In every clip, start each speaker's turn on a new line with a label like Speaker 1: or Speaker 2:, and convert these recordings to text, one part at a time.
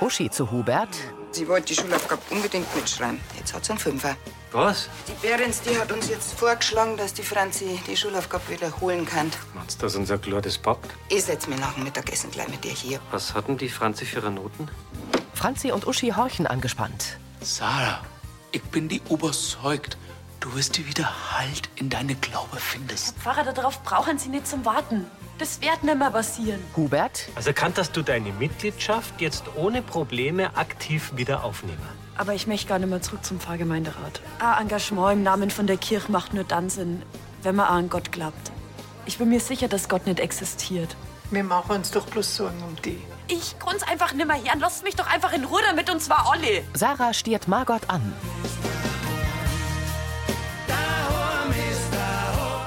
Speaker 1: Uschi zu Hubert.
Speaker 2: Sie wollte die Schulaufgabe unbedingt mitschreiben. Jetzt hat sie einen Fünfer.
Speaker 3: Was?
Speaker 2: Die Behrens, die hat uns jetzt vorgeschlagen, dass die Franzi die Schulaufgabe wiederholen kann.
Speaker 3: Meinst du, dass unser Glordes packt?
Speaker 2: Ich setz mich nach dem Mittagessen gleich mit dir hier.
Speaker 3: Was hatten die Franzi für ihre Noten?
Speaker 1: Franzi und Uschi horchen angespannt.
Speaker 4: Sarah, ich bin die überzeugt, du wirst dir wieder Halt in deine Glaube findest.
Speaker 5: Pfarrer, darauf brauchen Sie nicht zum Warten. Das wird nicht mehr passieren.
Speaker 1: Hubert,
Speaker 6: Also kannst du deine Mitgliedschaft jetzt ohne Probleme aktiv wieder aufnehmen.
Speaker 5: Aber ich möchte gar nicht mehr zurück zum Pfarrgemeinderat. Ein Engagement im Namen von der Kirche macht nur dann Sinn, wenn man auch an Gott glaubt. Ich bin mir sicher, dass Gott nicht existiert.
Speaker 7: Wir machen uns doch bloß Sorgen um die.
Speaker 5: Ich kann's einfach nimmer her. Lasst mich doch einfach in Ruhe damit und zwar alle.
Speaker 1: Sarah stiert Margot an.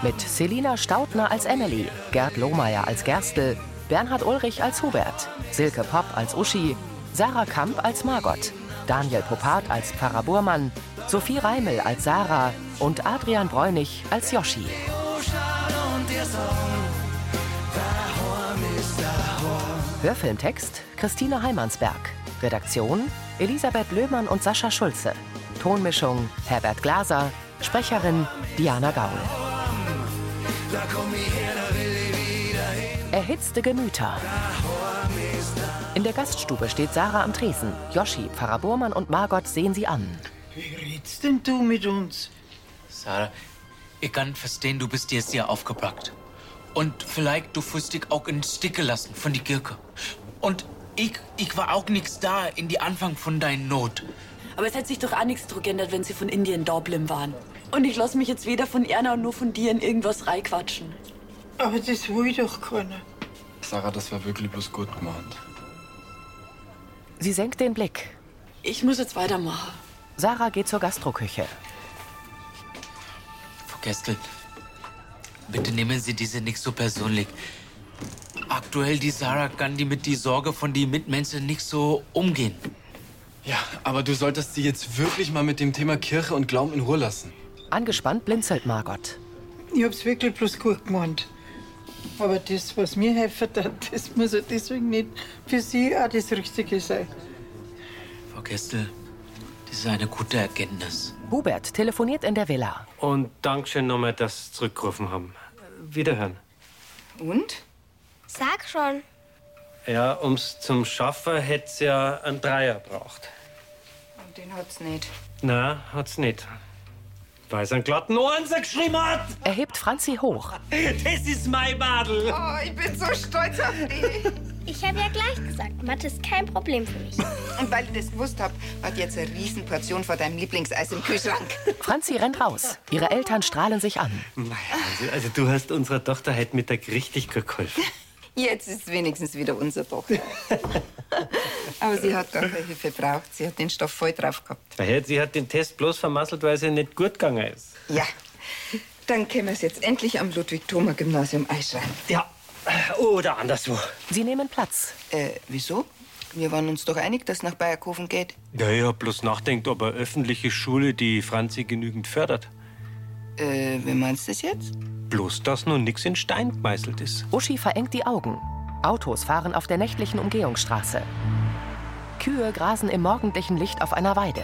Speaker 1: Mit Selina Staudner als Emily, Gerd Lohmeier als Gerstl, Bernhard Ulrich als Hubert, Silke Popp als Uschi, Sarah Kamp als Margot, Daniel Popat als Pfarrer Burmann, Sophie Reimel als Sarah und Adrian Bräunig als Joschi. Hörfilmtext Christine Heimansberg. Redaktion Elisabeth Löhmann und Sascha Schulze. Tonmischung Herbert Glaser. Sprecherin Diana Gaul. Erhitzte Gemüter. In der Gaststube steht Sarah am Tresen. Joschi, Pfarrer Burmann und Margot sehen sie an.
Speaker 7: Wie redst denn du mit uns?
Speaker 4: Sarah, ich kann verstehen, du bist dir sehr aufgebracht. Und vielleicht du fühlst dich auch in den Stich gelassen von die Kirche. Und ich, ich war auch nix da in die Anfang von deiner Not.
Speaker 5: Aber es hätte sich doch auch nichts dran geändert, wenn sie von Indien Doblin waren. Und ich lasse mich jetzt weder von Erna nur von dir in irgendwas reinquatschen.
Speaker 7: Aber das will doch keiner.
Speaker 8: Sarah, das war wirklich bloß gut gemeint.
Speaker 1: Sie senkt den Blick.
Speaker 5: Ich muss jetzt weitermachen.
Speaker 1: Sarah geht zur Gastroküche.
Speaker 4: Frau Gerstl, bitte nehmen Sie diese nicht so persönlich. Aktuell die Sarah kann die mit die Sorge von die Mitmenschen nicht so umgehen.
Speaker 8: Ja, aber du solltest sie jetzt wirklich mal mit dem Thema Kirche und Glauben in Ruhe lassen.
Speaker 1: Angespannt blinzelt Margot.
Speaker 7: Ich hab's wirklich bloß gut gemeint. Aber das, was mir helfen hat, das muss ja deswegen nicht für sie auch das Richtige sein.
Speaker 4: Frau Gerstl, das ist eine gute Erkenntnis.
Speaker 1: Hubert telefoniert in der Villa.
Speaker 3: Und Dankeschön nochmal, dass Sie zurückgerufen haben. Äh, Wiederhören.
Speaker 2: Und?
Speaker 9: Sag schon.
Speaker 3: Ja, um's zum Schaffen hätt's ja einen Dreier braucht.
Speaker 2: Und den hat's nicht.
Speaker 3: Na, hat's nicht. Weil sie einen glatten Ohrenser geschrieben hat!
Speaker 1: Er hebt Franzi hoch.
Speaker 3: Das ist mein Badel!
Speaker 2: Oh, ich bin so stolz auf dich.
Speaker 9: Ich habe ja gleich gesagt, Mathe ist kein Problem für mich.
Speaker 2: Und weil ich das gewusst hab, hat jetzt eine Riesenportion von deinem Lieblingseis im Kühlschrank.
Speaker 1: Franzi rennt raus. Ihre Eltern strahlen sich an.
Speaker 3: Mei, Also, also du hast unserer Tochter heute Mittag richtig gut geholfen.
Speaker 2: Jetzt ist wenigstens wieder unser Tochter. Aber sie hat gar keine Hilfe gebraucht. Sie hat den Stoff voll drauf gehabt.
Speaker 3: Daher, sie hat den Test bloß vermasselt, weil sie nicht gut gegangen ist.
Speaker 2: Ja. Dann können wir es jetzt endlich am Ludwig-Thoma-Gymnasium einschreiben.
Speaker 3: Ja, oder anderswo.
Speaker 1: Sie nehmen Platz.
Speaker 2: Äh, wieso? Wir waren uns doch einig, dass es nach Bayerkofen geht.
Speaker 3: Naja, bloß nachdenkt, ob eine öffentliche Schule die Franzi genügend fördert.
Speaker 2: Äh, wie meinst du das jetzt?
Speaker 3: Bloß, dass nun nix in Stein gemeißelt ist.
Speaker 1: Uschi verengt die Augen. Autos fahren auf der nächtlichen Umgehungsstraße. Kühe grasen im morgendlichen Licht auf einer Weide.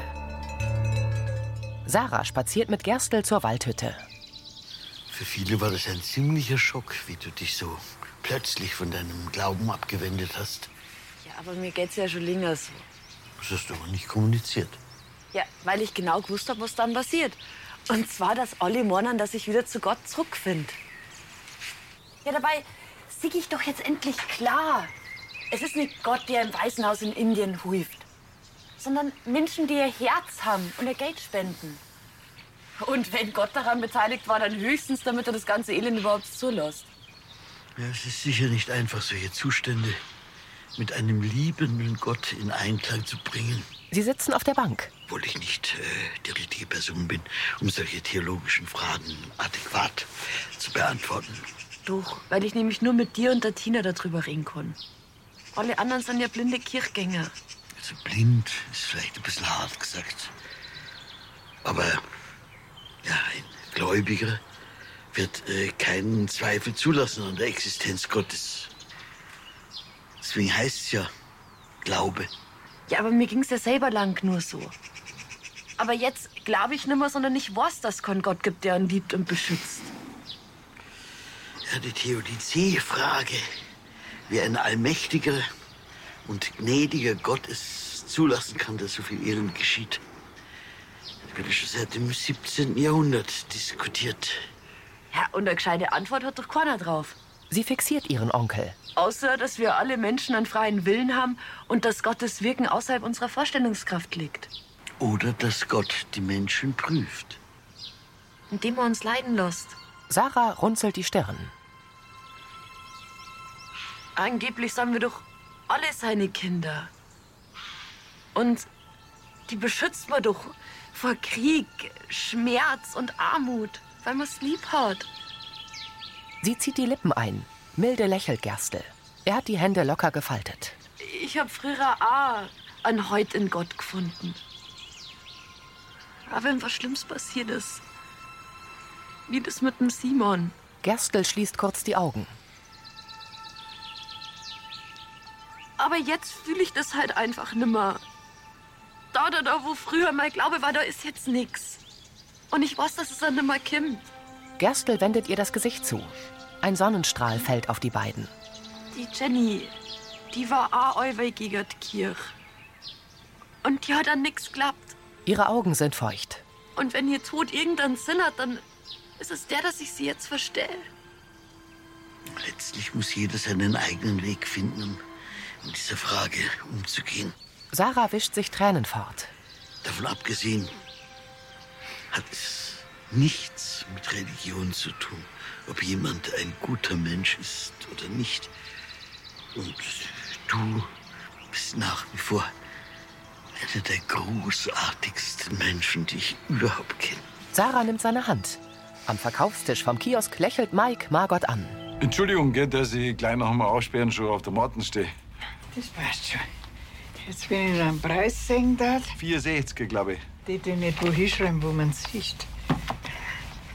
Speaker 1: Sarah spaziert mit Gerstl zur Waldhütte.
Speaker 10: Für viele war das ein ziemlicher Schock, wie du dich so plötzlich von deinem Glauben abgewendet hast.
Speaker 5: Ja, aber mir geht's ja schon länger so.
Speaker 10: Das hast du aber nicht kommuniziert.
Speaker 5: Ja, weil ich genau gewusst habe, was dann passiert. Und zwar, dass alle mornen, dass ich wieder zu Gott zurückfind. Ja, dabei sieg ich doch jetzt endlich klar. Es ist nicht Gott, der im Waisenhaus in Indien hilft, sondern Menschen, die ihr Herz haben und ihr Geld spenden. Und wenn Gott daran beteiligt war, dann höchstens, damit er das ganze Elend überhaupt zulässt.
Speaker 10: Ja, es ist sicher nicht einfach, solche Zustände mit einem liebenden Gott in Einklang zu bringen.
Speaker 1: Sie sitzen auf der Bank.
Speaker 10: Obwohl ich nicht äh, die richtige Person bin, um solche theologischen Fragen adäquat zu beantworten.
Speaker 5: Doch, weil ich nämlich nur mit dir und der Tina darüber reden kann. Alle anderen sind ja blinde Kirchgänger.
Speaker 10: Also blind ist vielleicht ein bisschen hart gesagt. Aber ja, ein Gläubiger wird äh, keinen Zweifel zulassen an der Existenz Gottes. Deswegen heißt es ja, Glaube.
Speaker 5: Ja, aber mir ging's ja selber lang nur so. Aber jetzt glaube ich nimmer, sondern ich weiß, dass es keinen Gott gibt, der einen liebt und beschützt.
Speaker 10: Ja, die Theodizee-Frage, wie ein allmächtiger und gnädiger Gott es zulassen kann, dass so viel Elend geschieht, wird schon seit dem 17. Jahrhundert diskutiert.
Speaker 5: Ja, und eine gescheite Antwort hat doch keiner drauf.
Speaker 1: Sie fixiert ihren Onkel.
Speaker 5: Außer, dass wir alle Menschen einen freien Willen haben und dass Gottes Wirken außerhalb unserer Vorstellungskraft liegt.
Speaker 10: Oder dass Gott die Menschen prüft.
Speaker 5: Indem er uns leiden lässt.
Speaker 1: Sarah runzelt die Stirn.
Speaker 5: Angeblich sind wir doch alle seine Kinder. Und die beschützt man doch vor Krieg, Schmerz und Armut, weil man es lieb hat.
Speaker 1: Sie zieht die Lippen ein. Milde lächelt Gerstl. Er hat die Hände locker gefaltet.
Speaker 5: Ich hab früher auch an Heut in Gott gefunden. Aber wenn was Schlimmes passiert ist, wie das mit dem Simon.
Speaker 1: Gerstl schließt kurz die Augen.
Speaker 5: Aber jetzt fühle ich das halt einfach nimmer. Da, da, da, wo früher mein Glaube war, da ist jetzt nix. Und ich weiß, dass es dann nimmer kommt.
Speaker 1: Gerstl wendet ihr das Gesicht zu. Ein Sonnenstrahl fällt auf die beiden.
Speaker 5: Die Jenny, die war auch allweigiger Kirch. Und die hat an nix geklappt.
Speaker 1: Ihre Augen sind feucht.
Speaker 5: Und wenn ihr Tod irgendeinen Sinn hat, dann ist es der, dass ich sie jetzt verstehe.
Speaker 10: Letztlich muss jeder seinen eigenen Weg finden, um mit dieser Frage umzugehen.
Speaker 1: Sarah wischt sich Tränen fort.
Speaker 10: Davon abgesehen hat es nichts mit Religion zu tun, ob jemand ein guter Mensch ist oder nicht. Und du bist nach wie vor einer der großartigsten Menschen, die ich überhaupt kenne.
Speaker 1: Sarah nimmt seine Hand. Am Verkaufstisch vom Kiosk lächelt Mike Margot an.
Speaker 11: Entschuldigung, gell, dass ich gleich nach dem Aussperren schon auf der Matten stehe.
Speaker 7: Das passt schon. Jetzt, wenn ich einen Preis sehen darf,
Speaker 11: 64, glaube ich.
Speaker 7: die ich nicht wo hinschreiben, wo man sieht.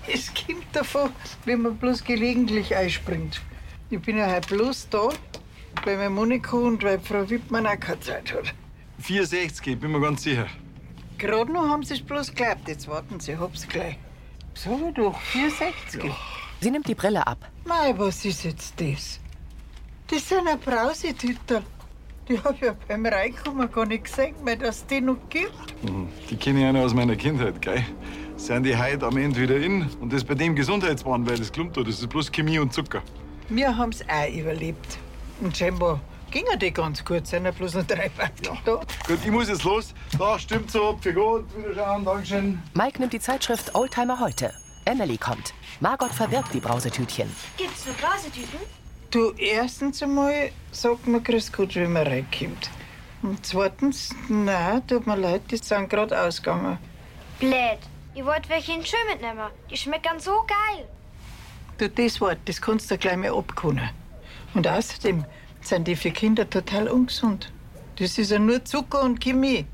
Speaker 7: Es kommt davon, wenn man bloß gelegentlich einspringt. Ich bin ja halt bloß da, weil meine Monika und weil Frau Wittmann auch keine Zeit hat.
Speaker 11: 64, ich bin mir ganz sicher.
Speaker 7: Gerade noch haben sie es bloß geglaubt. Jetzt warten sie, ich hab's gleich. So doch, 64.
Speaker 1: Sie nimmt die Brille ab.
Speaker 7: Mei, was ist jetzt das? Das sind ja Brausetüter. Die hab ich ja beim Reinkommen gar nicht gesehen, weil das die noch gibt.
Speaker 11: Mhm. Die kenne ich einer aus meiner Kindheit, gell? Sind die heute am Ende wieder in und das bei dem Gesundheitswahn, weil das klumpt da, das ist bloß Chemie und Zucker.
Speaker 7: Wir haben's auch überlebt. Und scheinbar gingen die ganz gut, sind ja bloß noch drei Bartel da.
Speaker 11: Gut, ich muss jetzt los. Da stimmt so, für gut, wieder schauen, Dankeschön.
Speaker 1: Mike nimmt die Zeitschrift Oldtimer heute. Emily kommt. Margot verbirgt die Brausetütchen.
Speaker 12: Gibt's nur Blasetüten?
Speaker 7: Du, erstens einmal sagt man Grüß Gott, wenn man reinkommt. Und zweitens, nein, tut mir leid, die sind gerade ausgegangen.
Speaker 9: Blöd. Ihr wollt welche in schön mitnehmen. Die schmecken so geil.
Speaker 7: Du, das Wort, das kannst du gleich mal abkonnen. Und außerdem sind die für Kinder total ungesund. Das ist ja nur Zucker und Chemie.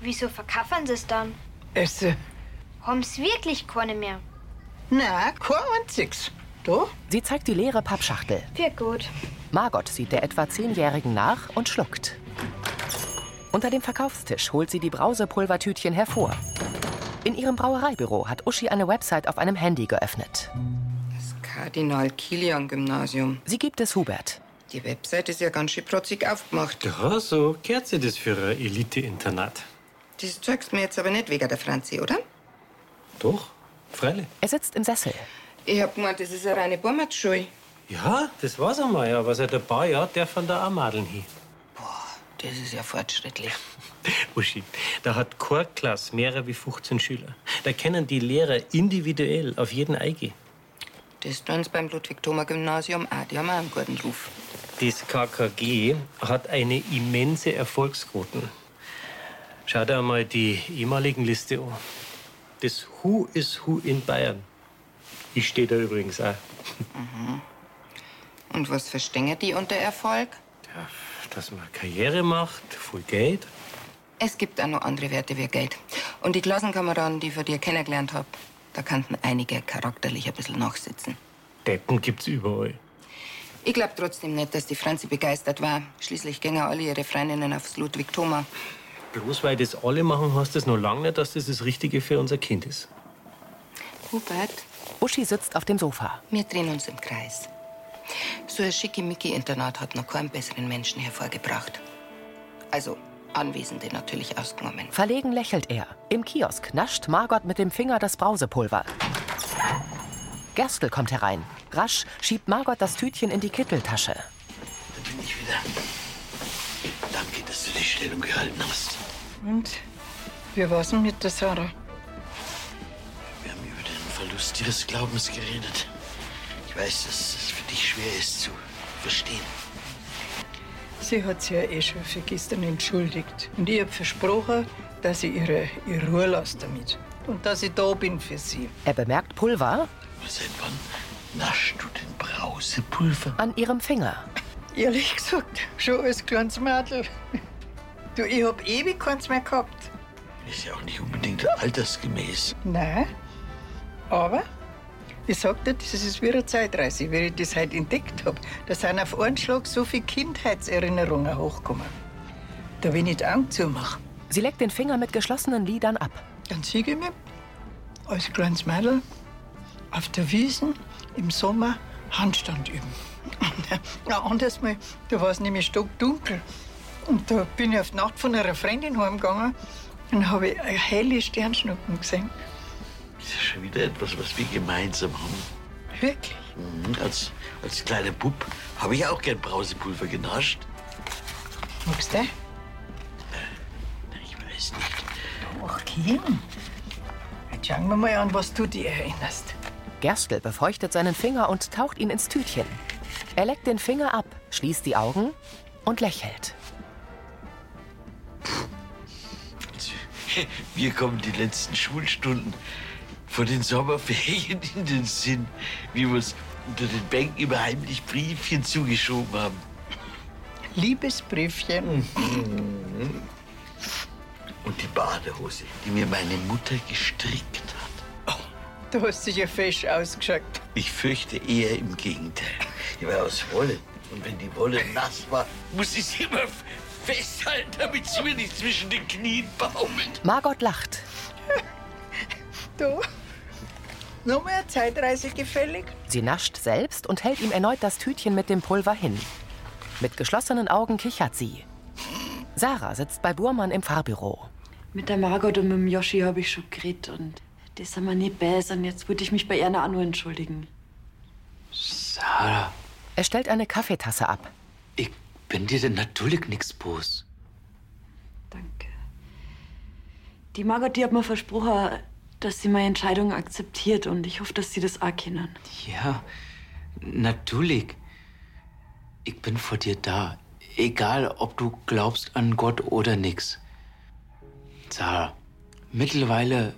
Speaker 9: Wieso verkaffern sie es dann?
Speaker 7: Also,
Speaker 9: Haben's wirklich keine mehr?
Speaker 7: nein, kein einziges. Da?
Speaker 1: Sie zeigt die leere Pappschachtel.
Speaker 9: Wird gut.
Speaker 1: Margot sieht der etwa Zehnjährigen nach und schluckt. Unter dem Verkaufstisch holt sie die Brausepulvertütchen hervor. In ihrem Brauereibüro hat Uschi eine Website auf einem Handy geöffnet.
Speaker 2: Kardinal Kilian Gymnasium.
Speaker 1: Sie gibt es Hubert.
Speaker 2: Die Website ist ja ganz schön protzig aufgemacht.
Speaker 3: Ja, so gehört sich das für ein Elite-Internat.
Speaker 2: Das zeigst mir jetzt aber nicht wegen der Franzi, oder?
Speaker 3: Doch, freilich.
Speaker 1: Er sitzt im Sessel.
Speaker 2: Ich hab gemeint, das ist eine reine Burmatschule.
Speaker 3: Ja, das war's einmal, aber seit ein paar Jahren dürfen da auch Madeln hin.
Speaker 2: Das ist ja fortschrittlich.
Speaker 3: Uschi, da hat Chorklasse mehrere wie 15 Schüler. Da können die Lehrer individuell auf jeden eingehen.
Speaker 2: Das tun's beim Ludwig-Thoma-Gymnasium auch. Die haben auch einen guten Ruf.
Speaker 3: Das KKG hat eine immense Erfolgsquote. Schau dir mal die ehemaligen Liste an. Das Who is Who in Bayern. Ich stehe da übrigens auch.
Speaker 2: Mhm. Und was verstehen die unter Erfolg?
Speaker 3: Dass man Karriere macht, viel Geld.
Speaker 2: Es gibt auch noch andere Werte wie Geld. Und die Klassenkameraden, die ich von dir kennengelernt hab, da kannten einige charakterlich ein bisschen nachsitzen.
Speaker 3: Deppen gibt's überall.
Speaker 2: Ich glaube trotzdem nicht, dass die Franzi begeistert war. Schließlich gingen alle ihre Freundinnen aufs Ludwig Thoma.
Speaker 3: Bloß weil das alle machen, heißt das noch lange nicht, dass das das Richtige für unser Kind ist.
Speaker 2: Hubert,
Speaker 1: Uschi sitzt auf dem Sofa.
Speaker 2: wir drehen uns im Kreis. So ein Schickimicki-Internat hat noch keinen besseren Menschen hervorgebracht. Also Anwesende natürlich ausgenommen.
Speaker 1: Verlegen lächelt er. Im Kiosk nascht Margot mit dem Finger das Brausepulver. Gerstl kommt herein. Rasch schiebt Margot das Tütchen in die Kitteltasche.
Speaker 10: Bin ich wieder. Danke, dass du die Stellung gehalten hast.
Speaker 7: Und wir war's denn mit der Sarah.
Speaker 10: Wir haben über den Verlust ihres Glaubens geredet. Ich weiß, dass es für dich schwer ist zu verstehen.
Speaker 7: Sie hat sich ja eh schon für gestern entschuldigt. Und ich hab versprochen, dass ich ihre, ihre Ruhe lasse damit. Und dass ich da bin für sie.
Speaker 1: Er bemerkt Pulver
Speaker 10: Seit wann naschst du denn Brausepulver?
Speaker 1: an ihrem Finger.
Speaker 7: Ehrlich gesagt, schon als kleines Mädel. Du, ich hab ewig keins mehr gehabt.
Speaker 10: Ist ja auch nicht unbedingt altersgemäß.
Speaker 7: Nein, aber ich sag dir, das ist wie eine Zeitreise, weil ich das heute entdeckt hab. Da sind auf einen Schlag so viele Kindheitserinnerungen hochgekommen. Da, wenn ich die Augen zumache,
Speaker 1: Sie leckt den Finger mit geschlossenen Lidern ab.
Speaker 7: Dann sehe ich mich als kleines Mädel auf der Wiesen im Sommer Handstand üben. Na, anders mal, da war es nämlich stockdunkel. Und da bin ich auf die Nacht von einer Freundin heimgegangen und habe eine helle Sternschnuppen gesehen.
Speaker 10: Das ist schon wieder etwas, was wir gemeinsam haben.
Speaker 7: Wirklich?
Speaker 10: Mhm, Als, als kleiner Bub habe ich auch gern Brausepulver genascht.
Speaker 7: Magst du? den?
Speaker 10: Ich weiß nicht.
Speaker 7: Ach, Kim. Jetzt schauen wir mal an, was du dir erinnerst.
Speaker 1: Gerstl befeuchtet seinen Finger und taucht ihn ins Tütchen. Er leckt den Finger ab, schließt die Augen und lächelt.
Speaker 10: Mir kommen die letzten Schulstunden vor den Sommerferien in den Sinn, wie wir uns unter den Bänken immer heimlich Briefchen zugeschoben haben.
Speaker 7: Liebesbriefchen. Mhm.
Speaker 10: Und die Badehose, die mir meine Mutter gestrickt hat.
Speaker 7: Du hast dich ja fesch ausgeschaut.
Speaker 10: Ich fürchte eher im Gegenteil. Die war aus Wolle. Und wenn die Wolle nass war, muss ich sie immer f- festhalten, damit sie mir nicht zwischen den Knien baumelt.
Speaker 1: Margot lacht.
Speaker 7: Du, nochmal eine Zeitreise gefällig?
Speaker 1: Sie nascht selbst und hält ihm erneut das Tütchen mit dem Pulver hin. Mit geschlossenen Augen kichert sie. Sarah sitzt bei Burmann im Fahrbüro.
Speaker 5: Mit der Margot und mit dem Yoshi habe ich schon geredet und die sind mir nicht besser. Und jetzt würde ich mich bei Erna auch nur entschuldigen.
Speaker 4: Sarah,
Speaker 1: Er stellt eine Kaffeetasse ab.
Speaker 4: bin dir denn natürlich nichts bos.
Speaker 5: Die Margot, die hat mir versprochen, dass sie meine Entscheidung akzeptiert und ich hoffe, dass sie das auch kennen.
Speaker 4: Ja, natürlich. Ich bin vor dir da. Egal, ob du glaubst an Gott oder nix. Sarah, mittlerweile,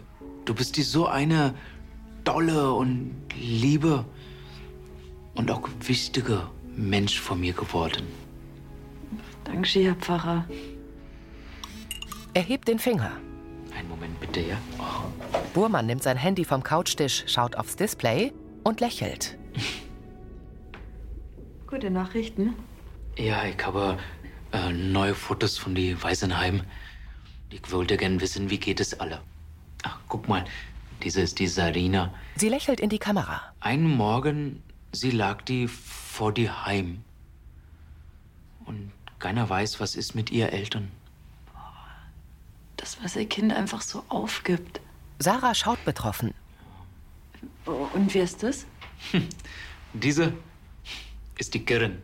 Speaker 4: du bist die so eine dolle und liebe und auch wichtige Mensch von mir geworden.
Speaker 5: Dankeschön, Herr Pfarrer.
Speaker 1: Er hebt den Finger.
Speaker 4: Einen Moment bitte, ja?
Speaker 1: Burmann nimmt sein Handy vom Couchtisch, schaut aufs Display und lächelt.
Speaker 5: Gute Nachrichten.
Speaker 4: Ja, ich habe äh, neue Fotos von die Waisenheim. Ich wollte gern wissen, wie geht es alle. Ach, guck mal, diese ist die Sarina.
Speaker 1: Sie lächelt in die Kamera.
Speaker 4: Einen Morgen, sie lag die vor die Heim. Und keiner weiß, was ist mit ihr Eltern.
Speaker 5: Das, was ihr Kind einfach so aufgibt.
Speaker 1: Sarah schaut betroffen.
Speaker 5: Oh, Und wer ist das?
Speaker 4: Diese ist die Kirin.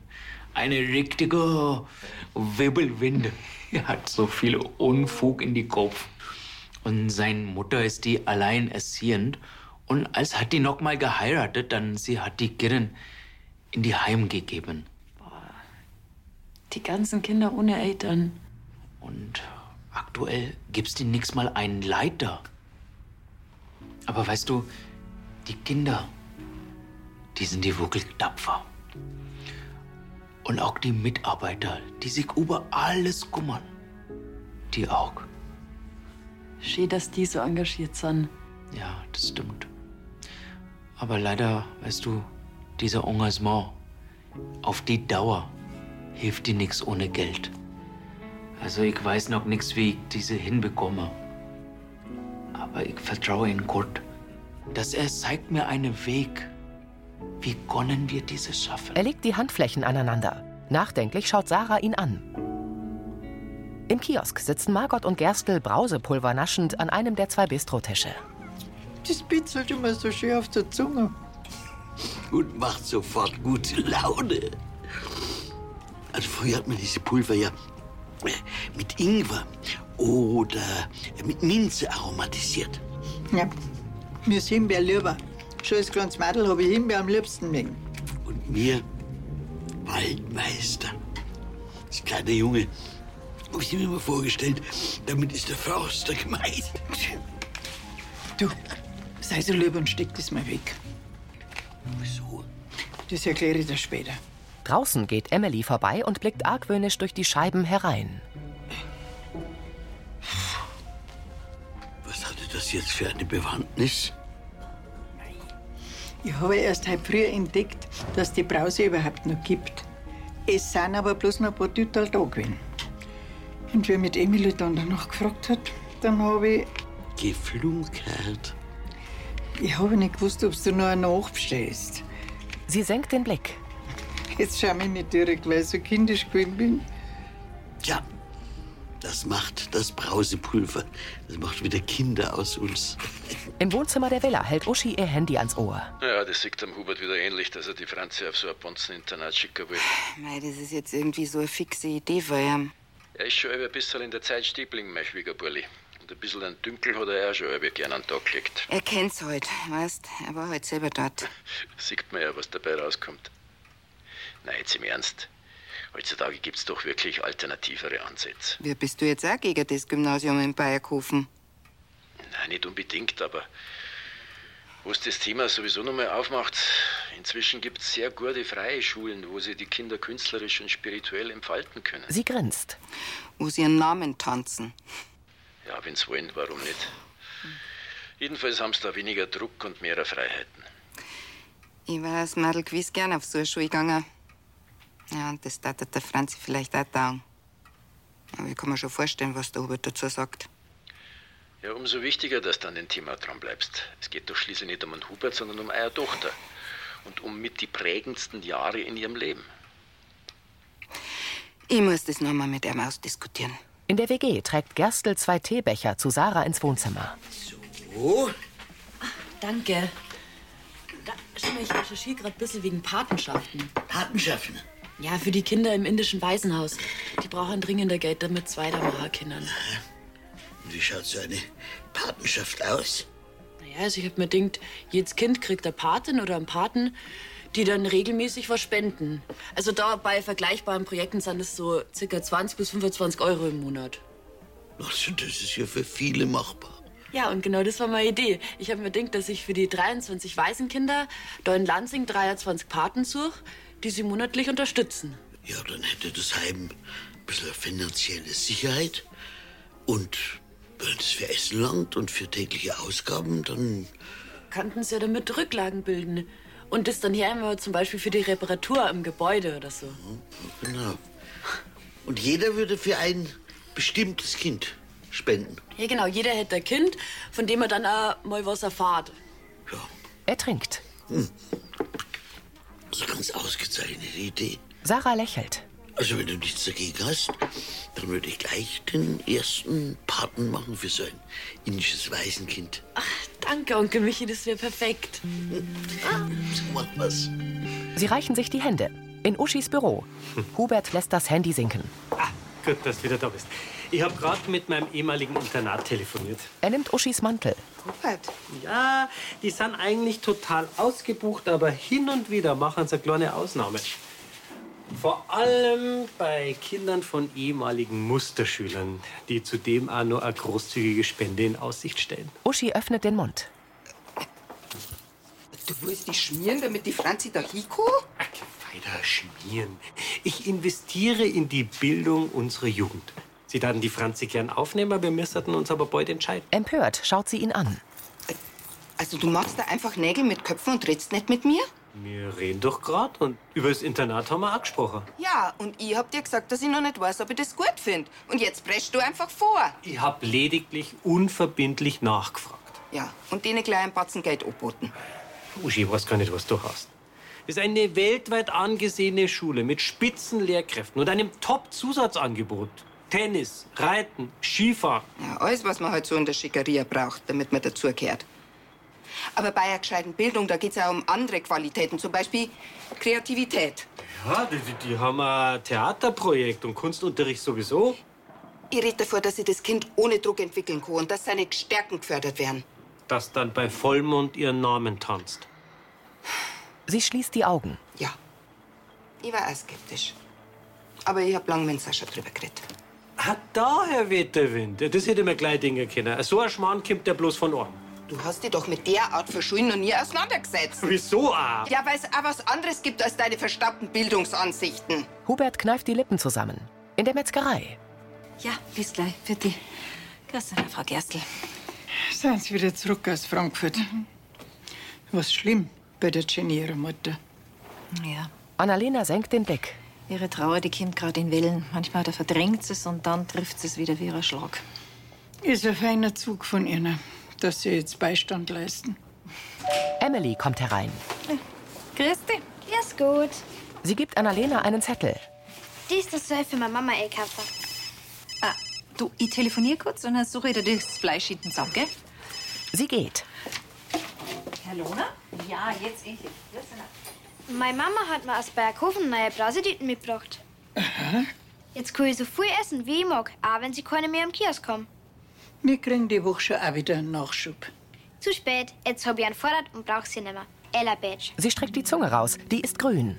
Speaker 4: Eine richtige Wirbelwinde. Er hat so viel Unfug in die Kopf. Und seine Mutter ist die alleinerziehend. Und als hat die noch mal geheiratet, dann sie hat die Kirin in die Heim gegeben.
Speaker 5: Die ganzen Kinder ohne Eltern.
Speaker 4: Aktuell gibt's dir nix mal einen Leiter. Aber weißt du, die Kinder, die sind die wirklich tapfer. Und auch die Mitarbeiter, die sich über alles kümmern. Die auch.
Speaker 5: Schön, dass die so engagiert sind.
Speaker 4: Ja, das stimmt. Aber leider, weißt du, dieser Engagement, Auf die Dauer hilft dir nichts ohne Geld. Also ich weiß noch nichts, wie ich diese hinbekomme. Aber ich vertraue in Gott, dass er zeigt mir einen Weg. Wie können wir dieses schaffen?
Speaker 1: Er legt die Handflächen aneinander. Nachdenklich schaut Sarah ihn an. Im Kiosk sitzen Margot und Gerstl Brausepulver naschend an einem der zwei Bistrotische.
Speaker 7: Das bitzelt immer so schön auf der Zunge.
Speaker 10: und macht sofort gute Laune. Also früher hat man diese Pulver ja äh, mit Ingwer oder mit Minze aromatisiert.
Speaker 7: Ja, mir ist Himbeer lieber. Schon als kleines Mädel habe ich Himbeer am liebsten wegen.
Speaker 10: Und mir Waldmeister. Das kleine Junge. Habe ich mir immer vorgestellt, damit ist der Förster gemeint.
Speaker 7: Du, sei so lieb und steck das mal weg. Wieso? Das erkläre ich dir später.
Speaker 1: Draußen geht Emily vorbei und blickt argwöhnisch durch die Scheiben herein.
Speaker 10: Was hatte das jetzt für eine Bewandtnis?
Speaker 7: Ich habe erst heute früh entdeckt, dass die Brause überhaupt noch gibt. Es sind aber bloß noch ein paar Tüterl da gewesen. Und wer mit Emily dann danach gefragt hat, dann habe ich.
Speaker 10: Geflunkert.
Speaker 7: Ich habe nicht gewusst, ob du noch einen nachbestellst.
Speaker 1: Sie senkt den Blick.
Speaker 7: Jetzt schau mich nicht direkt, weil ich so kindisch gewesen bin.
Speaker 10: Tja, das macht das Brausepulver. Das macht wieder Kinder aus uns.
Speaker 1: Im Wohnzimmer der Villa hält Uschi ihr Handy ans Ohr.
Speaker 12: Ja, das sieht dem Hubert wieder ähnlich, dass er die Franzi auf so ein Bonzeninternat schicken will.
Speaker 2: Mei, das ist jetzt irgendwie so eine fixe Idee ähm, von ihm.
Speaker 12: Er ist schon ein bisschen in der Zeit Stiebling, mein Schwiegerburli. Und ein bisschen einen Dünkel hat er auch schon halb gern an den Tag gelegt.
Speaker 2: Er kennt's halt, weißt, er war halt selber dort.
Speaker 12: Sieht man ja, was dabei rauskommt. Na, jetzt im Ernst. Heutzutage gibt's doch wirklich alternativere Ansätze.
Speaker 2: Wie bist du jetzt auch gegen das Gymnasium in Bayerkofen?
Speaker 12: Nein, nicht unbedingt, aber wo es das Thema sowieso nochmal aufmacht, inzwischen gibt's sehr gute freie Schulen, wo sie die Kinder künstlerisch und spirituell entfalten können.
Speaker 1: Sie grinst.
Speaker 2: Wo sie ihren Namen tanzen.
Speaker 12: Ja, wenn's wollen, warum nicht? Jedenfalls haben sie da weniger Druck und mehr Freiheiten.
Speaker 2: Ich war als Mädel gewiss gern auf so eine Schule gegangen. Ja, und das tat der Franzi vielleicht auch down. Aber ich kann mir schon vorstellen, was der Hubert dazu sagt.
Speaker 12: Ja, umso wichtiger, dass du an dem Thema dran bleibst. Es geht doch schließlich nicht um einen Hubert, sondern um eure Tochter. Und um mit die prägendsten Jahre in ihrem Leben.
Speaker 2: Ich muss das nochmal mit ihm ausdiskutieren.
Speaker 1: In der WG trägt Gerstl zwei Teebecher zu Sarah ins Wohnzimmer.
Speaker 10: Oh,
Speaker 5: Danke. Da, schau mal, ich recherchiere gerade ein bisschen wegen Patenschaften.
Speaker 10: Patenschaften?
Speaker 5: Ja, für die Kinder im indischen Waisenhaus. Die brauchen dringender Geld, damit zwei der Maha-Kindern.
Speaker 10: Und wie schaut so eine Patenschaft aus?
Speaker 5: Naja, also ich hab mir gedacht, jedes Kind kriegt eine Patin oder einen Paten, die dann regelmäßig was spenden. Also da bei vergleichbaren Projekten sind es so circa 20 bis 25 Euro im Monat.
Speaker 10: Also, das ist ja für viele machbar.
Speaker 5: Ja, und genau das war meine Idee. Ich habe mir gedacht, dass ich für die 23 Waisenkinder da in Lansing 23 Paten suche, die sie monatlich unterstützen.
Speaker 10: Ja, dann hätte das Heim ein bisschen finanzielle Sicherheit. Und wenn es für Essen langt und für tägliche Ausgaben, dann
Speaker 5: Könnten sie ja damit Rücklagen bilden. Und das dann hernehmen wir zum Beispiel für die Reparatur im Gebäude oder so.
Speaker 10: Genau. Und jeder würde für ein bestimmtes Kind spenden.
Speaker 5: Ja, genau. Jeder hätte ein Kind, von dem er dann auch mal was erfahrt.
Speaker 1: Er trinkt.
Speaker 10: Das ist eine Hm. ganz ausgezeichnete Idee.
Speaker 1: Sarah lächelt.
Speaker 10: Also, wenn du nichts dagegen hast, dann würde ich gleich den ersten Paten machen für so ein indisches Waisenkind.
Speaker 5: Danke, Onkel Michi, das wäre perfekt.
Speaker 10: So macht man's.
Speaker 1: Sie reichen sich die Hände. In Uschis Büro. Hubert lässt das Handy sinken.
Speaker 3: Gut, dass du wieder da bist. Ich habe gerade mit meinem ehemaligen Internat telefoniert.
Speaker 1: Er nimmt Uschis Mantel.
Speaker 3: Ja, die sind eigentlich total ausgebucht, aber hin und wieder machen sie eine kleine Ausnahme. Vor allem bei Kindern von ehemaligen Musterschülern, die zudem auch nur eine großzügige Spende in Aussicht stellen.
Speaker 1: Uschi öffnet den Mund.
Speaker 2: Du willst dich schmieren, damit die Franzi da hinkommt?
Speaker 3: Weiter schmieren. Ich investiere in die Bildung unserer Jugend. Sie daten die Franzi gern aufnehmen, aber wir müssten uns aber bald entscheiden.
Speaker 1: Empört schaut sie ihn an.
Speaker 2: Also, du machst da einfach Nägel mit Köpfen und redst nicht mit mir?
Speaker 3: Wir reden doch grad und über das Internat haben wir auch gesprochen.
Speaker 2: Ja, und ich hab dir gesagt, dass ich noch nicht weiß, ob ich das gut finde. Und jetzt preschst du einfach vor.
Speaker 3: Ich hab lediglich unverbindlich nachgefragt.
Speaker 2: Ja, und denen gleich ein Batzen Geld abboten.
Speaker 3: Uschi, ich weiß gar nicht, was du hast. Das ist eine weltweit angesehene Schule mit Spitzenlehrkräften und einem Top-Zusatzangebot. Tennis, Reiten, Skifahren.
Speaker 2: Ja, alles, was man halt so in der Schickeria braucht, damit man dazugehört. Aber bei einer gescheiten Bildung, da geht's ja um andere Qualitäten, zum Beispiel Kreativität.
Speaker 3: Ja, die, die- die haben ein Theaterprojekt und Kunstunterricht sowieso.
Speaker 2: Ich rede davor, dass sie das Kind ohne Druck entwickeln kann und dass seine Stärken gefördert werden.
Speaker 3: Das dann bei Vollmond ihren Namen tanzt.
Speaker 1: Sie schließt die Augen.
Speaker 2: Ja. Ich war auch skeptisch. Aber ich hab lang mit Sascha drüber geredet.
Speaker 3: Ah, da, Herr Wetterwind. Das hätte man gleich denken können. So ein Schmarrn kommt der bloß von Ohren.
Speaker 2: Du hast dich doch mit der Art für Schulen noch nie auseinandergesetzt.
Speaker 3: Wieso auch?
Speaker 2: Ja, weil es auch was anderes gibt als deine verstaubten Bildungsansichten.
Speaker 1: Hubert kneift die Lippen zusammen. In der Metzgerei.
Speaker 13: Ja, bis gleich. Für die. Grüß Gott, Frau Gerstl. Mhm.
Speaker 7: Seien Sie wieder zurück aus Frankfurt. Was schlimm bei der Jenny, ihrer Mutter.
Speaker 13: Ja,
Speaker 1: Annalena senkt den Blick.
Speaker 13: ihre Trauer, die Kind gerade in Wellen. Manchmal da verdrängt es und dann trifft es wieder wie ein Schlag.
Speaker 7: Ist ein feiner Zug von Ihnen, dass Sie jetzt Beistand leisten.
Speaker 1: Emily kommt herein.
Speaker 13: Grüß dich.
Speaker 9: Yes, gut.
Speaker 1: Sie gibt Annalena einen Zettel.
Speaker 9: Die ist das Zeug für meine Mama eh einkaufen.
Speaker 13: Ah, du, ich telefoniere kurz und dann suche ich dir das Fleisch hinten zusammen, gell?
Speaker 1: Sie geht.
Speaker 13: Herr Lohner? Ja, jetzt ich.
Speaker 9: Meine Mama hat mir aus Berghofen neue Brasetüten mitgebracht. Jetzt kann ich so viel essen, wie ich mag, auch wenn sie keine mehr im Kiosk haben.
Speaker 7: Wir kriegen die Woche schon auch wieder einen Nachschub.
Speaker 9: Zu spät, jetzt hab ich einen Vorrat und brauch sie nicht mehr. Ella Badge.
Speaker 1: Sie streckt die Zunge raus. Die ist grün.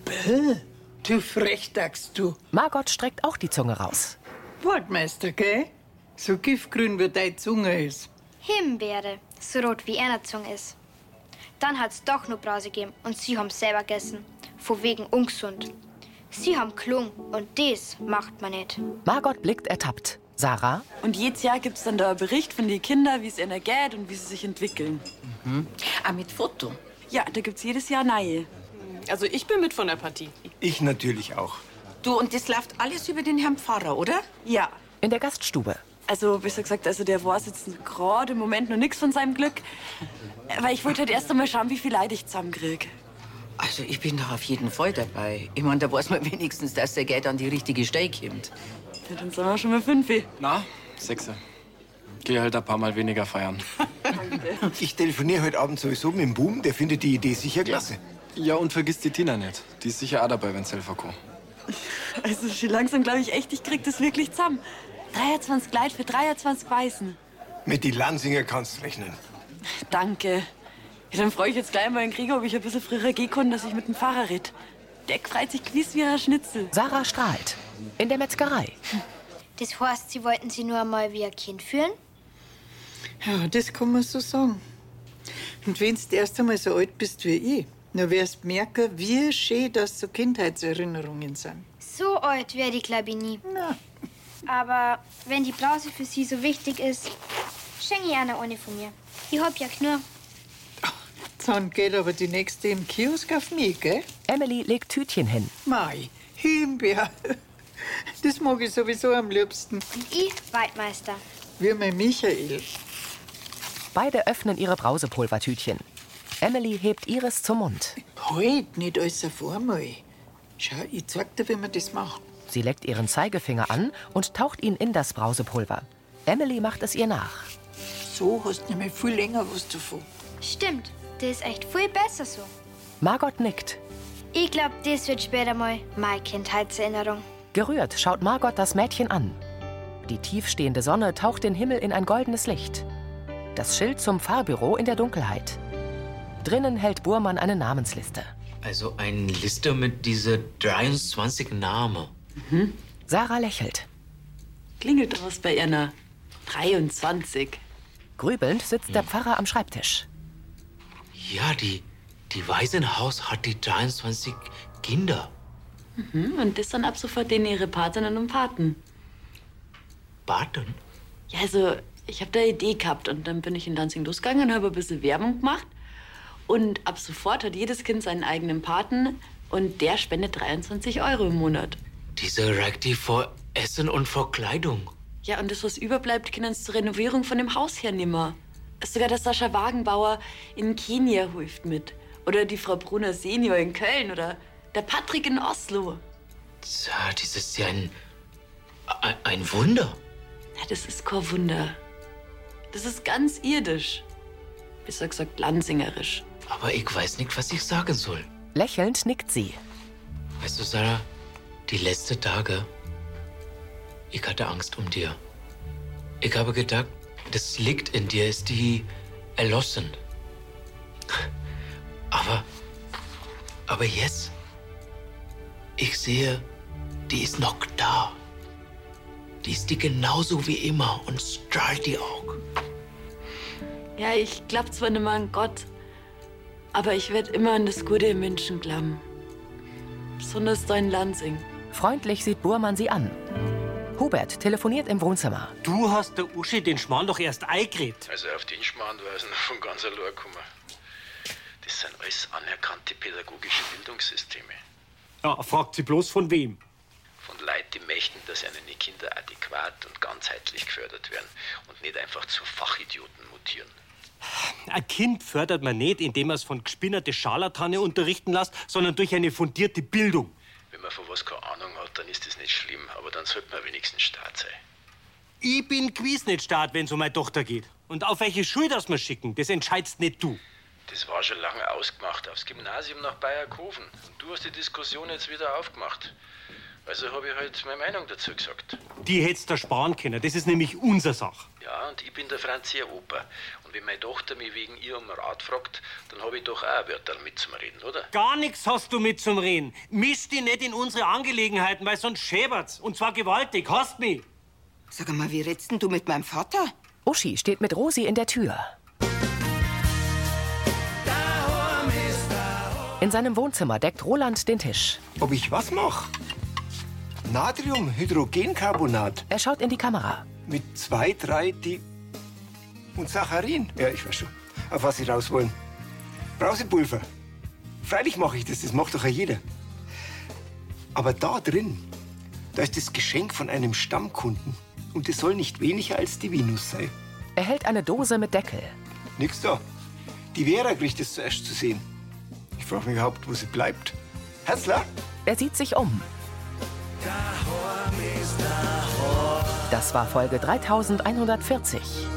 Speaker 7: Du frechdachst du.
Speaker 1: Margot streckt auch die Zunge raus.
Speaker 7: Wortmeister, gell? So giftgrün wie deine Zunge ist.
Speaker 9: Himbeere, so rot wie einer Zunge ist. Dann hat's doch nur Brause gegeben und sie haben selber gegessen. Von wegen ungesund. Sie haben klung und das macht man nicht.
Speaker 1: Margot blickt ertappt. Sarah?
Speaker 5: Und jedes Jahr gibt es dann da einen Bericht von den Kindern, wie es ihnen geht und wie sie sich entwickeln. Ah, mit Foto? Ja, da gibt es jedes Jahr neue. Also ich bin mit von der Partie.
Speaker 14: Ich natürlich auch.
Speaker 5: Du, und das läuft alles über den Herrn Pfarrer, oder? Ja.
Speaker 1: In der Gaststube.
Speaker 5: Also, besser gesagt, also der weiß jetzt gerade im Moment noch nichts von seinem Glück. Weil ich wollte halt erst einmal schauen, wie viel Leid ich zusammenkriege.
Speaker 15: Also ich bin da auf jeden Fall dabei. Ich meine, da weiß man wenigstens, dass der Geld an die richtige Stelle kommt.
Speaker 5: Ja, dann sind wir schon mal fünf.
Speaker 12: Na, Sechser. Geh halt ein paar Mal weniger feiern.
Speaker 14: Ich telefoniere heute Abend sowieso mit dem Boom, der findet die Idee sicher klasse.
Speaker 12: Ja, und vergiss die Tina nicht. Die ist sicher auch dabei, wenn's helfen kann.
Speaker 5: Also schon langsam glaube ich echt, ich krieg das wirklich zusammen. 23 Leid für 23 Weißen.
Speaker 14: Mit die Lansinger kannst rechnen.
Speaker 5: Danke. Ja, dann freue ich jetzt gleich mal den Krieger, ob ich ein bisschen früher gehen kann, dass ich mit dem Fahrer ritt. Der freut sich gewiss wie ein Schnitzel.
Speaker 1: Sarah strahlt. In der Metzgerei.
Speaker 9: Das heißt, sie wollten sie nur einmal wie ein Kind führen?
Speaker 7: Ja, das kann man so sagen. Und wenn du erst einmal so alt bist wie ich, dann wirst du merken, wie schön das so Kindheitserinnerungen sind.
Speaker 9: So alt wäre die glaube ich nie. Aber wenn die Brause für sie so wichtig ist, schenke ich einer ohne von mir. Ich hab ja Knurr.
Speaker 7: Dann geht aber die nächste im Kiosk auf mich, gell?
Speaker 1: Emily legt Tütchen hin.
Speaker 7: Mei, Himbeer. Das mag ich sowieso am liebsten.
Speaker 9: Ich, Waldmeister.
Speaker 7: Wie mein Michael.
Speaker 1: Beide öffnen ihre Brausepulvertütchen. Emily hebt ihres zum Mund.
Speaker 7: Halt, nicht alles auf einmal. Schau, ich zeig dir, wie man das macht.
Speaker 1: Sie leckt ihren Zeigefinger an und taucht ihn in das Brausepulver. Emily macht es ihr nach.
Speaker 7: So hast du nämlich viel länger was davon.
Speaker 9: Stimmt, das ist echt viel besser so.
Speaker 1: Margot nickt.
Speaker 9: Ich glaube, das wird später mal meine Kindheitserinnerung.
Speaker 1: Gerührt schaut Margot das Mädchen an. Die tiefstehende Sonne taucht den Himmel in ein goldenes Licht. Das Schild zum Fahrbüro in der Dunkelheit. Drinnen hält Burmann eine Namensliste.
Speaker 4: Also eine Liste mit diese 23 Namen.
Speaker 1: Sarah lächelt.
Speaker 5: Mhm. Klingelt was bei Irna. 23.
Speaker 1: Grübelnd sitzt der Pfarrer am Schreibtisch.
Speaker 4: Ja, die, die Waisenhaus hat die 23 Kinder.
Speaker 5: Mhm, und das dann ab sofort denen ihre Patinnen und Paten.
Speaker 4: Baden?
Speaker 5: Ja, also ich habe da eine Idee gehabt und dann bin ich in Lansing losgegangen und habe ein bisschen Werbung gemacht. Und ab sofort hat jedes Kind seinen eigenen Paten und der spendet 23 Euro im Monat.
Speaker 4: Diese Ragdi vor Essen und vor Kleidung.
Speaker 5: Ja, und das, was überbleibt, können sie zur Renovierung von dem Haus hernehmen. Sogar der Sascha Wagenbauer in Kenia hilft mit. Oder die Frau Brunner Senior in Köln oder der Patrick in Oslo.
Speaker 4: Ja, das ist ja ein, ein, ein Wunder.
Speaker 5: Ja, das ist kein Wunder. Das ist ganz irdisch. Besser gesagt, landsingerisch.
Speaker 4: Aber ich weiß nicht, was ich sagen soll.
Speaker 1: Lächelnd nickt sie.
Speaker 4: Weißt du, Sarah, die letzten Tage, ich hatte Angst um dir. Ich habe gedacht, das liegt in dir, ist die erloschen. Aber, aber jetzt, ich sehe, die ist noch da. Die ist die genauso wie immer und strahlt die auch.
Speaker 5: Ja, ich glaub zwar nicht mehr an Gott, aber ich werd immer an das Gute im Menschen glauben. Besonders dein Lansing.
Speaker 1: Freundlich sieht Burmann sie an. Hubert telefoniert im Wohnzimmer.
Speaker 3: Du hast der Uschi den Schmarrn doch erst eingeredet.
Speaker 12: Also auf den Schmarrn war es noch von ganz allein gekommen. Das sind alles anerkannte pädagogische Bildungssysteme.
Speaker 3: Ja, fragt sie bloß von wem.
Speaker 12: Von Leuten, die möchten, dass ihnen die Kinder adäquat und ganzheitlich gefördert werden und nicht einfach zu Fachidioten mutieren.
Speaker 3: Ein Kind fördert man nicht, indem man es von gespinnerte Scharlatane unterrichten lässt, sondern durch eine fundierte Bildung.
Speaker 12: Wenn man von was keine Ahnung hat, dann ist das nicht schlimm, aber dann sollte man wenigstens stark sein.
Speaker 3: Ich bin gewiss nicht stark, wenn es um meine Tochter geht. Und auf welche Schule das wir schicken, das entscheidest nicht du.
Speaker 12: Das war schon lange ausgemacht, aufs Gymnasium nach Bayerkofen. Und du hast die Diskussion jetzt wieder aufgemacht. Also habe ich halt meine Meinung dazu gesagt.
Speaker 3: Die hättest du sparen können, das ist nämlich unser Sache.
Speaker 12: Ja, und ich bin der Franzia Opa. Und wenn meine Tochter mich wegen ihr um Rat fragt, dann habe ich doch auch Wörter mitzureden, oder?
Speaker 3: Gar nichts hast du mit zum Reden. Misch dich nicht in unsere Angelegenheiten, weil sonst schäbert's. Und zwar gewaltig, hast mich.
Speaker 2: Sag mal, wie redst denn du mit meinem Vater?
Speaker 1: Uschi steht mit Rosi in der Tür. In seinem Wohnzimmer deckt Roland den Tisch.
Speaker 14: Ob ich was mach? Natriumhydrogencarbonat.
Speaker 1: Er schaut in die Kamera.
Speaker 14: Mit zwei, drei Di... Und Saccharin. Ja, ich weiß schon, auf was Sie raus wollen. Brausepulver. Freilich mache ich das, das macht doch ja jeder. Aber da drin, da ist das Geschenk von einem Stammkunden. Und es soll nicht weniger als Divinus sein.
Speaker 1: Er hält eine Dose mit Deckel.
Speaker 14: Nix da. Die Vera kriegt es zuerst zu sehen. Ich frage mich überhaupt, wo sie bleibt. Herzler?
Speaker 1: Er sieht sich um. Das war Folge 3140.